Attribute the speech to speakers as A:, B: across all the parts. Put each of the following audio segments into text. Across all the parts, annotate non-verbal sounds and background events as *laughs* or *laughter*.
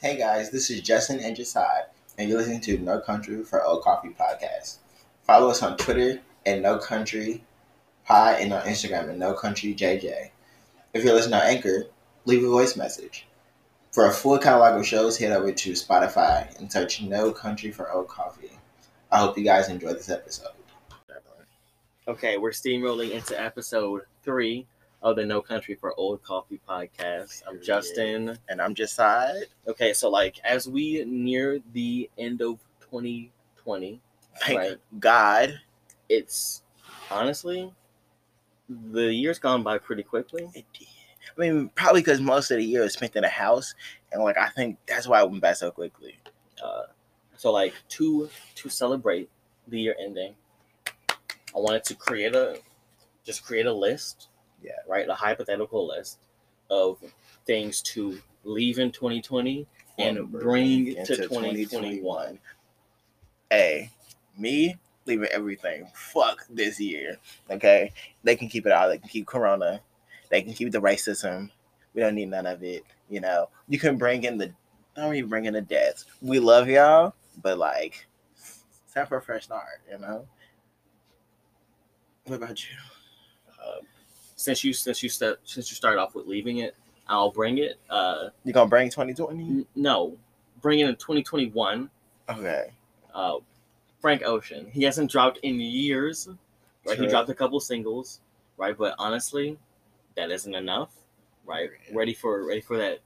A: Hey guys, this is Justin and Jasad, and you're listening to No Country for Old Coffee podcast. Follow us on Twitter at No Country Pod and on Instagram at No Country JJ. If you're listening on Anchor, leave a voice message. For a full catalog of shows, head over to Spotify and search No Country for Old Coffee. I hope you guys enjoy this episode.
B: Okay, we're steamrolling into episode three of the No Country for Old Coffee podcast. I'm
A: Period.
B: Justin.
A: And I'm Jasad.
B: Okay, so like as we near the end of 2020,
A: Thank
B: Right.
A: God.
B: it's honestly the year's gone by pretty quickly.
A: It did. I mean, probably because most of the year is spent in a house, and like I think that's why it went by so quickly.
B: Uh, so like to to celebrate the year ending, I wanted to create a just create a list.
A: Yeah.
B: Right, a hypothetical list of things to leave in 2020 and bring to 2021.
A: Hey, me leaving everything. Fuck this year. Okay, they can keep it all. They can keep Corona. They can keep the racism. We don't need none of it. You know, you can bring in the. Don't even bring in the deaths. We love y'all, but like, it's time for a fresh start. You know. What about you?
B: uh, since you since you step since you start off with leaving it, I'll bring it. Uh,
A: You gonna bring 2020?
B: n- no, bring it in 2021.
A: Okay.
B: Uh, Frank Ocean. He hasn't dropped in years. Right,
A: True.
B: he dropped a couple singles. Right, but honestly, that isn't enough. Right,
A: Period.
B: ready for ready for that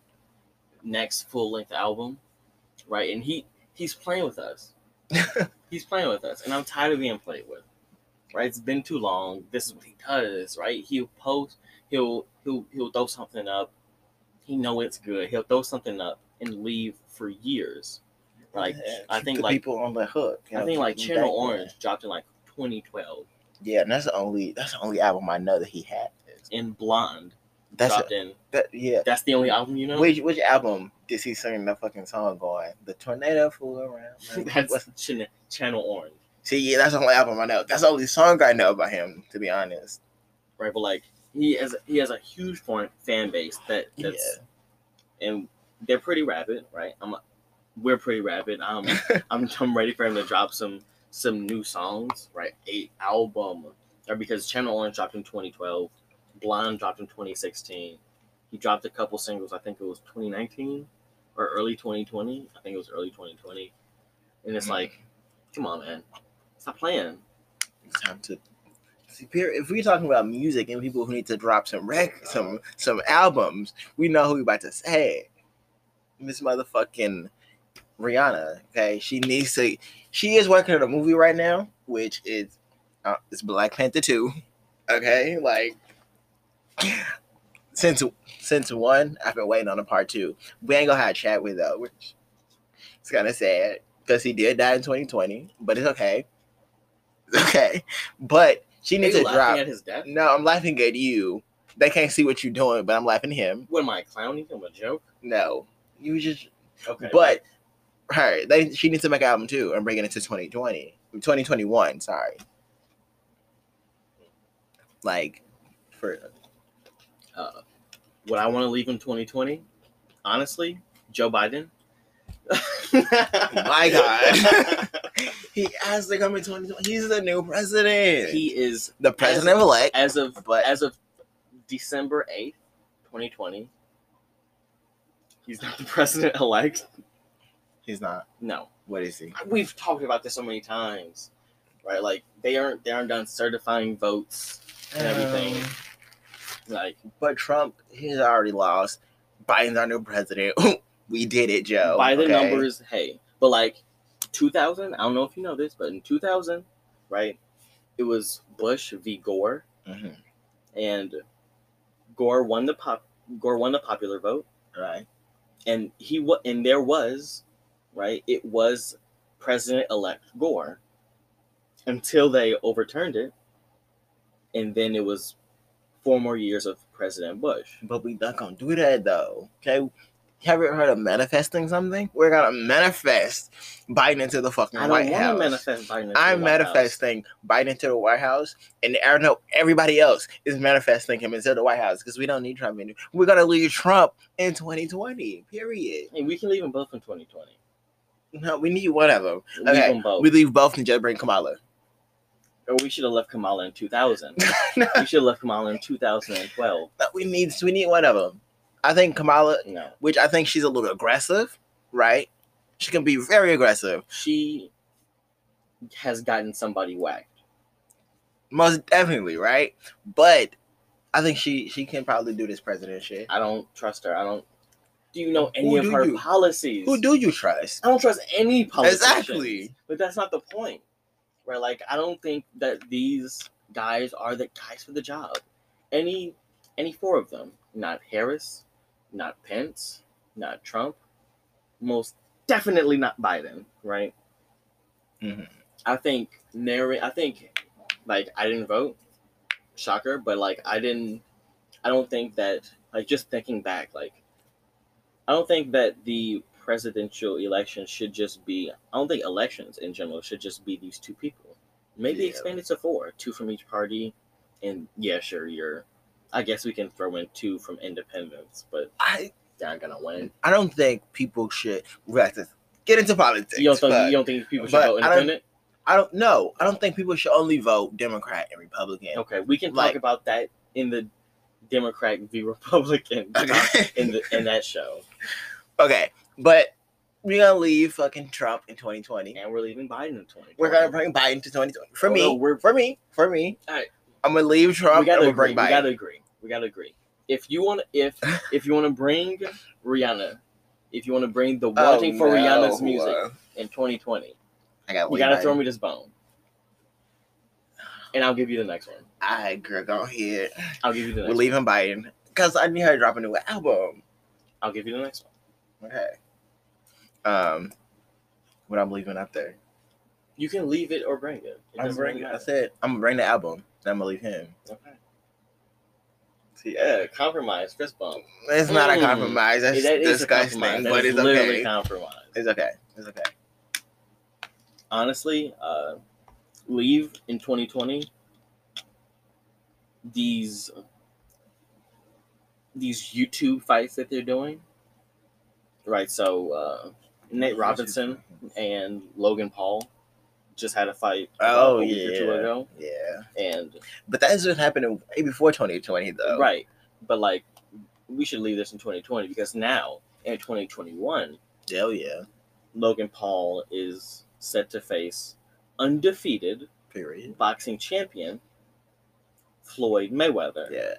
B: next full length album. Right, and he he's playing with us. he's playing with us, and I'm tired of being played with. Right, it's been too long. This is what he does. Right, he'll post. He'll he'll he'll throw something up. He know it's good. He'll throw something up and leave for years. Like
A: Yeah,
B: I
A: keep
B: think
A: the
B: like
A: people on the hook. you
B: I
A: know,
B: think
A: keep
B: like
A: them
B: Channel
A: back there.
B: Orange dropped in like 2012,
A: Yeah, and that's the only that's the only album I know that he had.
B: and Blonde
A: That's
B: dropped in.
A: that yeah.
B: That's the only album you know.
A: Which which album did he sing the fucking song on? The tornado flew around.
B: *laughs*
A: my-
B: *laughs* that's
A: What's-
B: Chan- Channel Orange,
A: See, yeah, that's the only album I know. That's the only song I know about him, to be honest.
B: right? But like he has he has a huge fan fan base that that's and they're pretty rapid, right? I'm we're pretty rapid.
A: *laughs*
B: I'm I'm I'm ready for him to drop some some new songs, right? A album, or because Channel Orange dropped in 2012, Blonde dropped in 2016. He dropped a couple singles. I think it was 2019 or early 2020. I think it was early 2020. And
A: Mm.
B: it's like, come on, man, stop playing.
A: It's time to see. Period. If we're talking about music and people who need to drop some rec, some some albums, we know who we about to say. Miss motherfucking Rihanna. Okay, she needs to. She is working on a movie right now, which is uh, it's Black Panther two. Okay, like since since one, I've been waiting on a part two. We ain't gonna have a chat with though, which it's kind of sad because he did die in 2020, but it's okay. It's okay, but she
B: Are
A: needs
B: you
A: to
B: laughing
A: drop.
B: at his death?
A: No, I'm laughing at you. They can't see what you're doing, but I'm laughing at him.
B: What am I clowning? I'm a joke.
A: No, you just.
B: Okay,
A: But her, they she needs to make an album too and bring it into 2020, 2021. Sorry. Like, for
B: uh, what I want to leave in 2020, honestly,
A: *laughs*
B: Joe Biden. My
A: God. *laughs* he has to come in 2020. He's the new president.
B: he is
A: the president elect.
B: as of
A: But-
B: as of December 8th, 2020. He's not the *laughs* president elect.
A: He's not.
B: No,
A: What is he?
B: we've talked about this so many times, right? Like they aren't they aren't done certifying votes. And everything.
A: Um,
B: Like
A: but Trump, he's already lost. Biden's our new president. *laughs* we did it, Joe.
B: by the
A: Oh, okay?
B: numbers, hey. But like 2000, I don't know if you know this, but in 2000, right, it was Bush v. Gore,
A: Mhm.
B: and Gore won the pop. Gore won the popular vote,
A: Right.
B: and he wa- and there was, right, it was President elect Gore until they overturned it, and then it was four more years of President Bush.
A: But we not gonna do that though. Okay. Have you ever heard of manifesting something? We're gonna manifest Biden into the fucking
B: I don't
A: White
B: want to
A: House.
B: manifest Biden. into
A: I'm
B: the White
A: manifesting Biden to the White House, and I know everybody else is manifesting him into the White House because we don't need Trump anymore. We're gonna lose Trump in 2020. Period.
B: House. Hey, we can leave them both in 2020.
A: No, we need one of them.
B: Leave
A: Okay,
B: them both.
A: we leave both and just bring Kamala.
B: or we should have left Kamala
A: *laughs*
B: in 2000.
A: no,
B: we should have left Kamala in 2012.
A: we need we need one of them. I think Kamala,
B: No,
A: which I think she's a little aggressive, right? She can be very aggressive,
B: she has gotten somebody whacked.
A: most definitely, right? But I think she she can probably do this president shit.
B: I don't trust her. I don't. Do you know
A: Who
B: any of
A: do
B: her
A: you-
B: policies?
A: Who do you trust?
B: I don't trust any politicians.
A: Exactly.
B: But that's not the point. Right? Like I don't think that these guys are the guys for the job. Any any four of them. Not Harris, not Pence, not Trump, most definitely not Biden, right?
A: Mhm.
B: I think narrate I think like I didn't vote. Shocker, but like I didn't I don't think that like just thinking back, like I don't think that the presidential election should just be. I don't think elections in general should just be these two people. Maybe
A: Yeah.
B: expand it to four, two from each party, and yeah, sure, you're. I guess we can throw in two from independents, but
A: I
B: they're not gonna win.
A: I don't think people should like to get into politics.
B: You don't think
A: but
B: you don't think people should
A: but
B: vote
A: I don't-
B: independent?
A: I don't know. I don't think people should only vote Democrat and Republican.
B: Okay, we can talk
A: like-
B: about that in the Democrat v Republican
A: *laughs* Okay.
B: in the in that show,
A: Okay, but we're gonna leave fucking Trump in 2020.
B: and we're leaving Biden in twenty.
A: We're gonna bring Biden to 2020. For
B: Oh,
A: me,
B: no, we're-
A: for me, for me.
B: Alright.
A: I'm gonna leave Trump.
B: we
A: and
B: gotta
A: we'll
B: agree.
A: bring Biden.
B: We gotta agree. We gotta agree. If you want,
A: *laughs*
B: if if you want to bring Rihanna, if you want to bring the
A: Oh,
B: wanting for
A: no.
B: Rihanna's music in 2020,
A: I gotta
B: you
A: leave
B: gotta
A: Biden.
B: throw me this bone, and I'll give you the next one.
A: I girl, go ahead.
B: I'll give you the
A: We're
B: next.
A: leaving Biden because I need her to drop a new album.
B: one. I'll give you the next one.
A: Okay. Um, what I'm leaving up there.
B: You can leave it or bring it. it
A: I'm
B: doesn't really
A: bringing. I
B: matter.
A: said I'm gonna bring the album. Then I'm gonna leave him.
B: Okay. See, yeah, compromise, fist bump.
A: It's not a
B: Mm.
A: compromise. That's
B: That is a
A: disgusting,
B: compromise. That
A: but
B: is
A: it's
B: literally
A: okay.
B: compromise.
A: It's okay. It's okay.
B: honestly, uh, leave in 2020. These these YouTube fights that they're doing, right? So uh, Nate Robinson and Logan Paul just had a fight. about
A: Oh,
B: a week or two
A: yeah.
B: ago,
A: Yeah,
B: and
A: but that has been happening way before 2020, though.
B: right, but like we should leave this in 2020 because now in 2021,
A: Hell yeah.
B: Logan Paul is set to face undefeated
A: Period.
B: boxing champion Floyd Mayweather.
A: Yeah.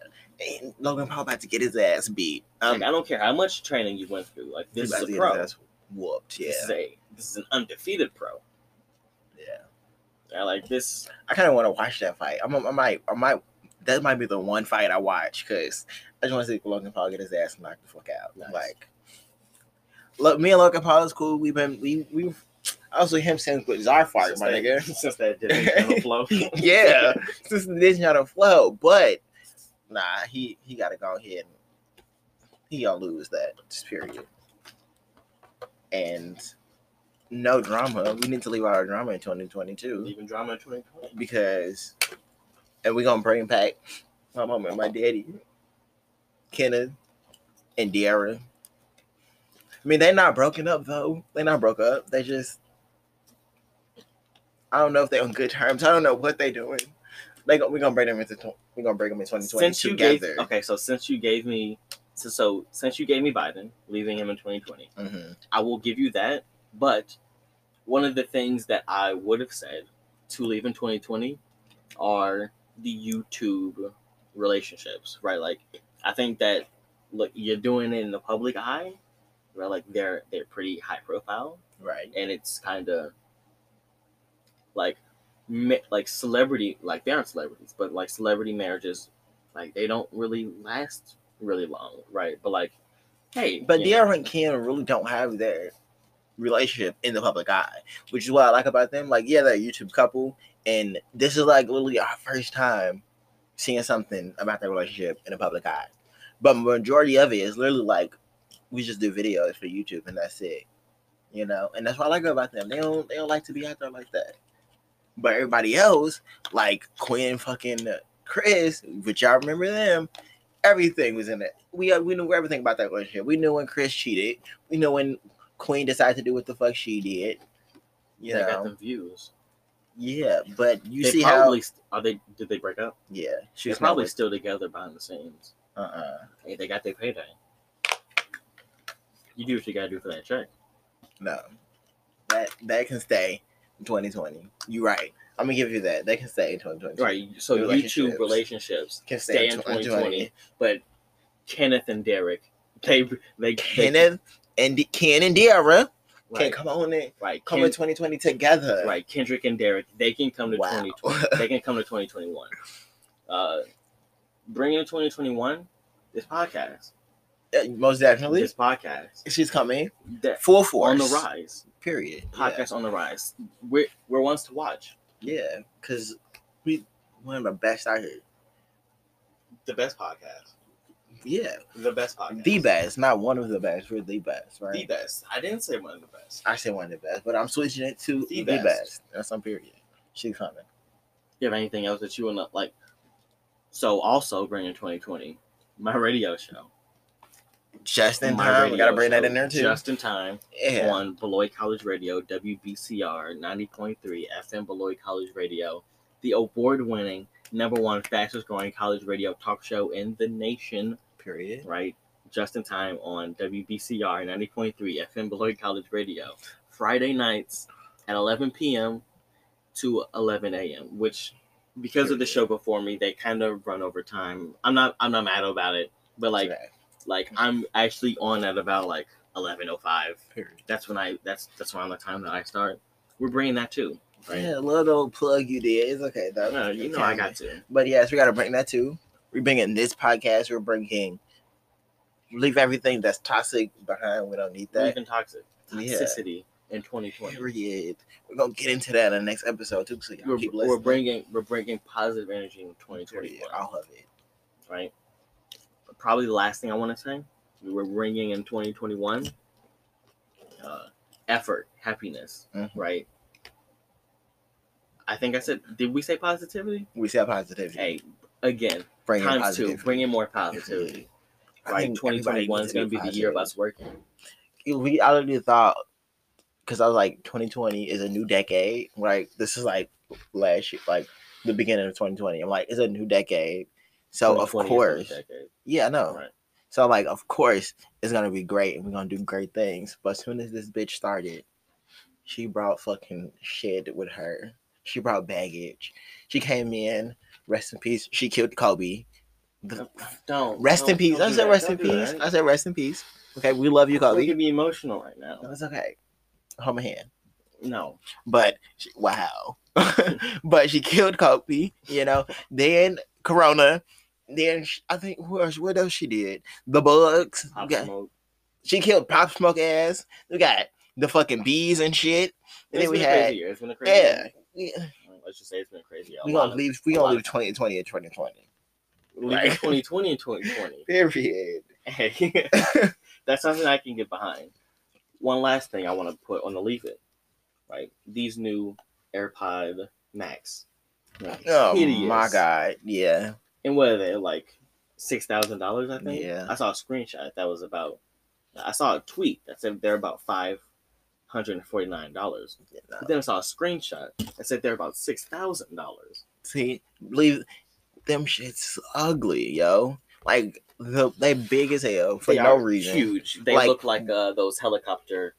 A: And Logan Paul about to get his ass beat.
B: Like,
A: Um,
B: I don't care how much training you went through. Like
A: he
B: this
A: about
B: is
A: to
B: a
A: get
B: pro.
A: his ass whooped. Yeah.
B: This is a this is an undefeated pro.
A: Yeah.
B: Yeah, like this.
A: I kind of want to watch that fight. I'm, I might, I might. That might be the one fight I watch because I just want to see Logan Paul get his ass knocked the fuck out.
B: Nice.
A: Like, look, me and Logan Paul is cool. We've been, we, we. I was with him since with Zarfart,
B: since
A: my
B: that-
A: nigga. *laughs*
B: *laughs* Since that Disney Channel flow.
A: Mm-hmm.
B: *laughs*
A: yeah, since the Disney Channel flow, but nah, he he gotta go ahead. and- He gonna lose that just period. And no drama. We need to leave our drama in 2022
B: Even drama in 2020.
A: because, and we're gonna bring back my mom and my daddy, Kenan and De'Ara. I mean, they're not broken up though. They're not broke up. They just, I don't know if they're on good terms. I don't know what they're doing. They go, we're gonna bring them into tw- we're gonna bring them in twenty twenty
B: Since you
A: together.
B: gave okay, so since you gave me so, so since you gave me Biden, leaving him in 2020,
A: Mhm.
B: I will give you that. But one of the things that I would have said to leave in 2020 are the YouTube relationships, right? Like, I think that look, you're doing it in the public eye, right? Like they're they're pretty high profile,
A: Right.
B: and it's kind of like ma- like celebrity, like they aren't celebrities, but like celebrity marriages, like they don't really last really long, right? But like, hey,
A: But
B: you know,
A: De'Ara and Kenan really don't have their relationship in the public eye, which is what I like about them. Like, yeah, they're a YouTube couple, and this is like literally our first time seeing something about their relationship in the public eye. But majority of it is literally like we just do videos for YouTube and that's it. You know, and that's what I like about them. They don't they don't like to be out there like that. But everybody else, like Quinn, fucking uh, Chris, which y'all remember them, everything was in it. We uh, we knew everything about that relationship. We knew when Chris cheated. We knew when Queen decided to do what the fuck she did. You
B: they
A: know,
B: got them views.
A: yeah. But you
B: they
A: see
B: probably st- are they? Did they break up?
A: how? Yeah, she
B: They're
A: was
B: probably still together behind the scenes.
A: Uh uh
B: Hey, they got their payday. You do what you gotta do for that check.
A: No, that that can stay in 2020. You're right. I'm gonna give you that. That can stay in 2020.
B: Right. So
A: Relationships.
B: YouTube relationships
A: Can stay,
B: stay
A: in
B: in
A: 2020.
B: 2020, but Kenneth and Derek, they they they,
A: Kenneth and D- Ken and Diarra can
B: right,
A: come on in.
B: right,
A: Come
B: Ken-
A: in 2020 together.
B: right, Kendrick and Derek, they can come to
A: Wow.
B: 2020. They can come to 2021. Uh, bring in 2021. This podcast.
A: *laughs* Yeah, Most definitely.
B: This podcast.
A: She's coming
B: That,
A: full force.
B: on the rise.
A: Period. Yeah.
B: Podcast on the rise. We're we're ones to watch.
A: Yeah, because we one of the best out here.
B: The best podcast.
A: Yeah,
B: The best podcast.
A: the best, not one of the best. We're the best, right?
B: The best. I didn't say one of the best.
A: I say one of the best, but I'm switching it to the,
B: The
A: best.
B: best.
A: That's on period. She's coming.
B: You have anything else that you want to like? So also bring in 2020, my radio show.
A: Just in
B: My
A: time. uh, We
B: radio
A: gotta bring that
B: show,
A: in there too.
B: Just in time
A: yeah.
B: on Beloit College Radio, WBCR 90.3 FM Beloit College Radio, the award-winning number one fastest-growing college radio talk show in the nation.
A: Period.
B: right? Just in time on WBCR 90.3 FM Beloit College Radio, Friday nights at 11 p.m. to 11 a.m. Which, because of the show before me, they kind of run over time. I'm not I'm not mad about it, but like
A: Today.
B: like I'm actually on at about like 11:05.
A: period.
B: That's when I that's that's around the time that I start. We're bringing that too, right?
A: Yeah, little old plug you did. It's okay though.
B: No, you know I got to.
A: But yes, we gotta bring that too. We're bringing this podcast. We're bringing leave everything that's toxic behind. We don't need
B: We're
A: that.
B: Even toxic
A: Yeah.
B: toxicity in 2020.
A: Period. We're gonna get into that in the next episode too. So y'all
B: we're,
A: keep
B: we're
A: listening.
B: bringing we're bringing positive energy in 2021,
A: Period. All of it.
B: right? Probably the last thing I want to say we're bringing in 2021 uh, effort, happiness,
A: Mhm.
B: right? I think I said, did we say positivity?
A: We said positivity.
B: Hey, again,
A: bring in
B: times two,
A: positivity.
B: bring in more positivity. Right, 2021 is going to be the year of us working.
A: We already thought because I was like, 2020 is a new decade. Like this is like last year, like the beginning of 2020. I'm like, it's a new decade. So of
B: 2020 is the
A: course, Oh.
B: decade,
A: yeah, I know.
B: Right.
A: So I'm like, of course, it's gonna be great and we're gonna do great things. But as soon as this bitch started, she brought fucking shit with her. She brought baggage. She came in, rest in peace. She killed Kobe. The-
B: Don't
A: rest in
B: don't-
A: peace.
B: don't
A: I
B: do
A: said
B: that.
A: rest in
B: Don't do
A: peace.
B: that.
A: I said rest in peace. Okay, we love you,
B: We
A: Kobe.
B: could be emotional right now.
A: No, it's okay. Hold my hand.
B: No,
A: But she, wow. *laughs* but she killed Kobe, you know. Then Corona. Then sh I think who else? What else she did? The bugs.
B: Pop
A: Okay.
B: Smoke.
A: She killed Pop Smoke ass. We got the fucking bees and shit. And
B: It's
A: then we
B: been a crazy
A: had
B: year. It's been a crazy
A: yeah.
B: year.
A: We
B: Let's just say it's been crazy. A
A: we
B: lot
A: gonna
B: of-
A: leave. We
B: a
A: gonna
B: lot
A: leave twenty twenty and twenty twenty.
B: of- leaving
A: like-
B: 2020 and 2020.
A: Period.
B: Hey, *laughs* that's something I can get behind. One last thing I want to put on the leave it, right? These new AirPod Max. Right?
A: Oh
B: Hideous.
A: my god. Yeah.
B: And what are they like? Six thousand dollars, I think.
A: Yeah.
B: I saw a screenshot that was about. I saw a tweet that said they're about five hundred and forty nine dollars.
A: No.
B: But then I saw a screenshot that said they're about six thousand dollars.
A: See, leave them shits ugly, yo. Like the, they big as hell for
B: They
A: no
B: are
A: reason.
B: Huge. They
A: Like-
B: look like uh, those helicopter,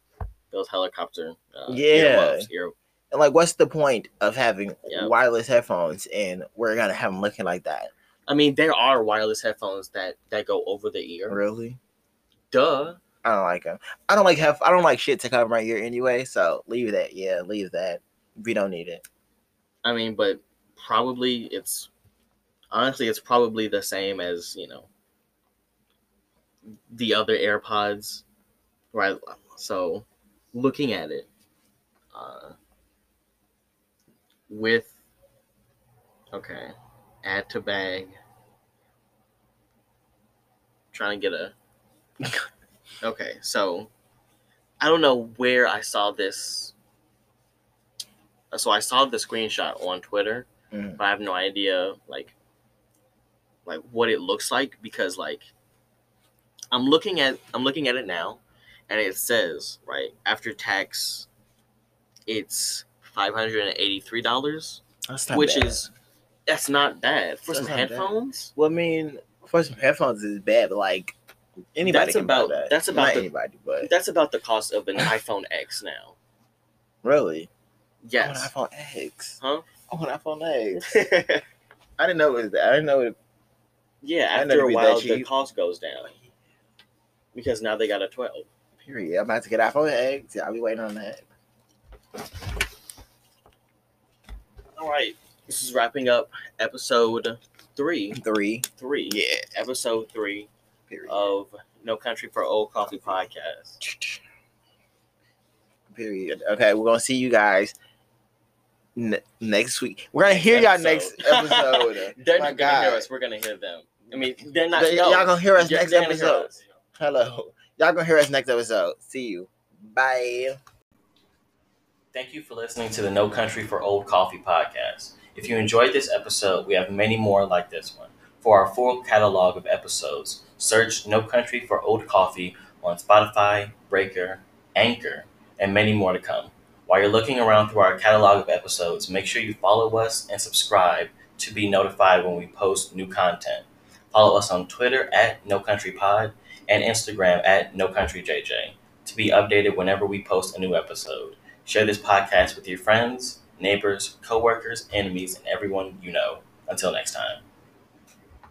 B: those helicopter. Uh,
A: Yeah.
B: earmuffs, ear-
A: And like, what's the point of having
B: Yeah.
A: wireless headphones and we're gonna have them looking like that?
B: I mean, there are wireless headphones that that go over the ear.
A: Really?
B: Duh.
A: I don't like them. I don't like have. I don't like shit to cover my ear anyway. So leave that. Yeah, leave that. We don't need it.
B: I mean, but probably it's honestly it's probably the same as you know the other AirPods, right? So looking at it, uh, with okay, add to bag. Trying to get a Okay, so I don't know where I saw this. So I saw the screenshot on Twitter,
A: Mm.
B: but I have no idea like like what it looks like because like I'm looking at I'm looking at it now, and it says right after tax, it's five hundred and eighty three dollars,
A: That's
B: which is that's not bad for
A: That's
B: some
A: not bad.
B: headphones.
A: well, I mean, for some headphones is bad, but like anybody
B: That's
A: can
B: about-
A: buy that.
B: that's about
A: Not
B: the-
A: anybody, but
B: That's about the cost
A: *sighs*
B: of an iPhone X
A: Oh,
B: now.
A: really,
B: Yes.
A: I want iPhone X.
B: Huh?
A: I want iPhone X. *laughs* I didn't know it was that. I didn't know it.
B: *laughs* yeah,
A: I
B: after
A: never
B: a
A: read
B: while,
A: that
B: the
A: cheap.
B: cost goes down because now they got a 12.
A: Period. I'm about to get iPhone X. Yeah, I'll be waiting on that.
B: All right, this is wrapping up episode three.
A: Three.
B: Three. Episode three
A: Period.
B: of No Country for Old Coffee podcast.
A: Period. Okay, we're gonna see you guys n- next week. We're gonna hear y'all next
B: Episode.
A: episode.
B: They're
A: My
B: not going to
A: God.
B: hear us. We're going to hear them. I mean, they're *laughs* not.
A: They-
B: no.
A: Y'all gonna hear us
B: They're-
A: next
B: they're gonna hear
A: episode.
B: us.
A: Hello. Y'all gonna hear us next episode. See you. Bye.
B: Thank you for listening to the No Country for Old Coffee podcast. If you enjoyed this episode, we have many more like this one. For our full catalog of episodes, search No Country for Old Coffee on Spotify, Breaker, Anchor, and many more to come. While you're looking around through our catalog of episodes, make sure you follow us and subscribe to be notified when we post new content. Follow us on Twitter at No Country Pod and Instagram at No Country JJ to be updated whenever we post a new episode. Share this podcast with your friends, neighbors, coworkers, enemies, and everyone you know. Until next time.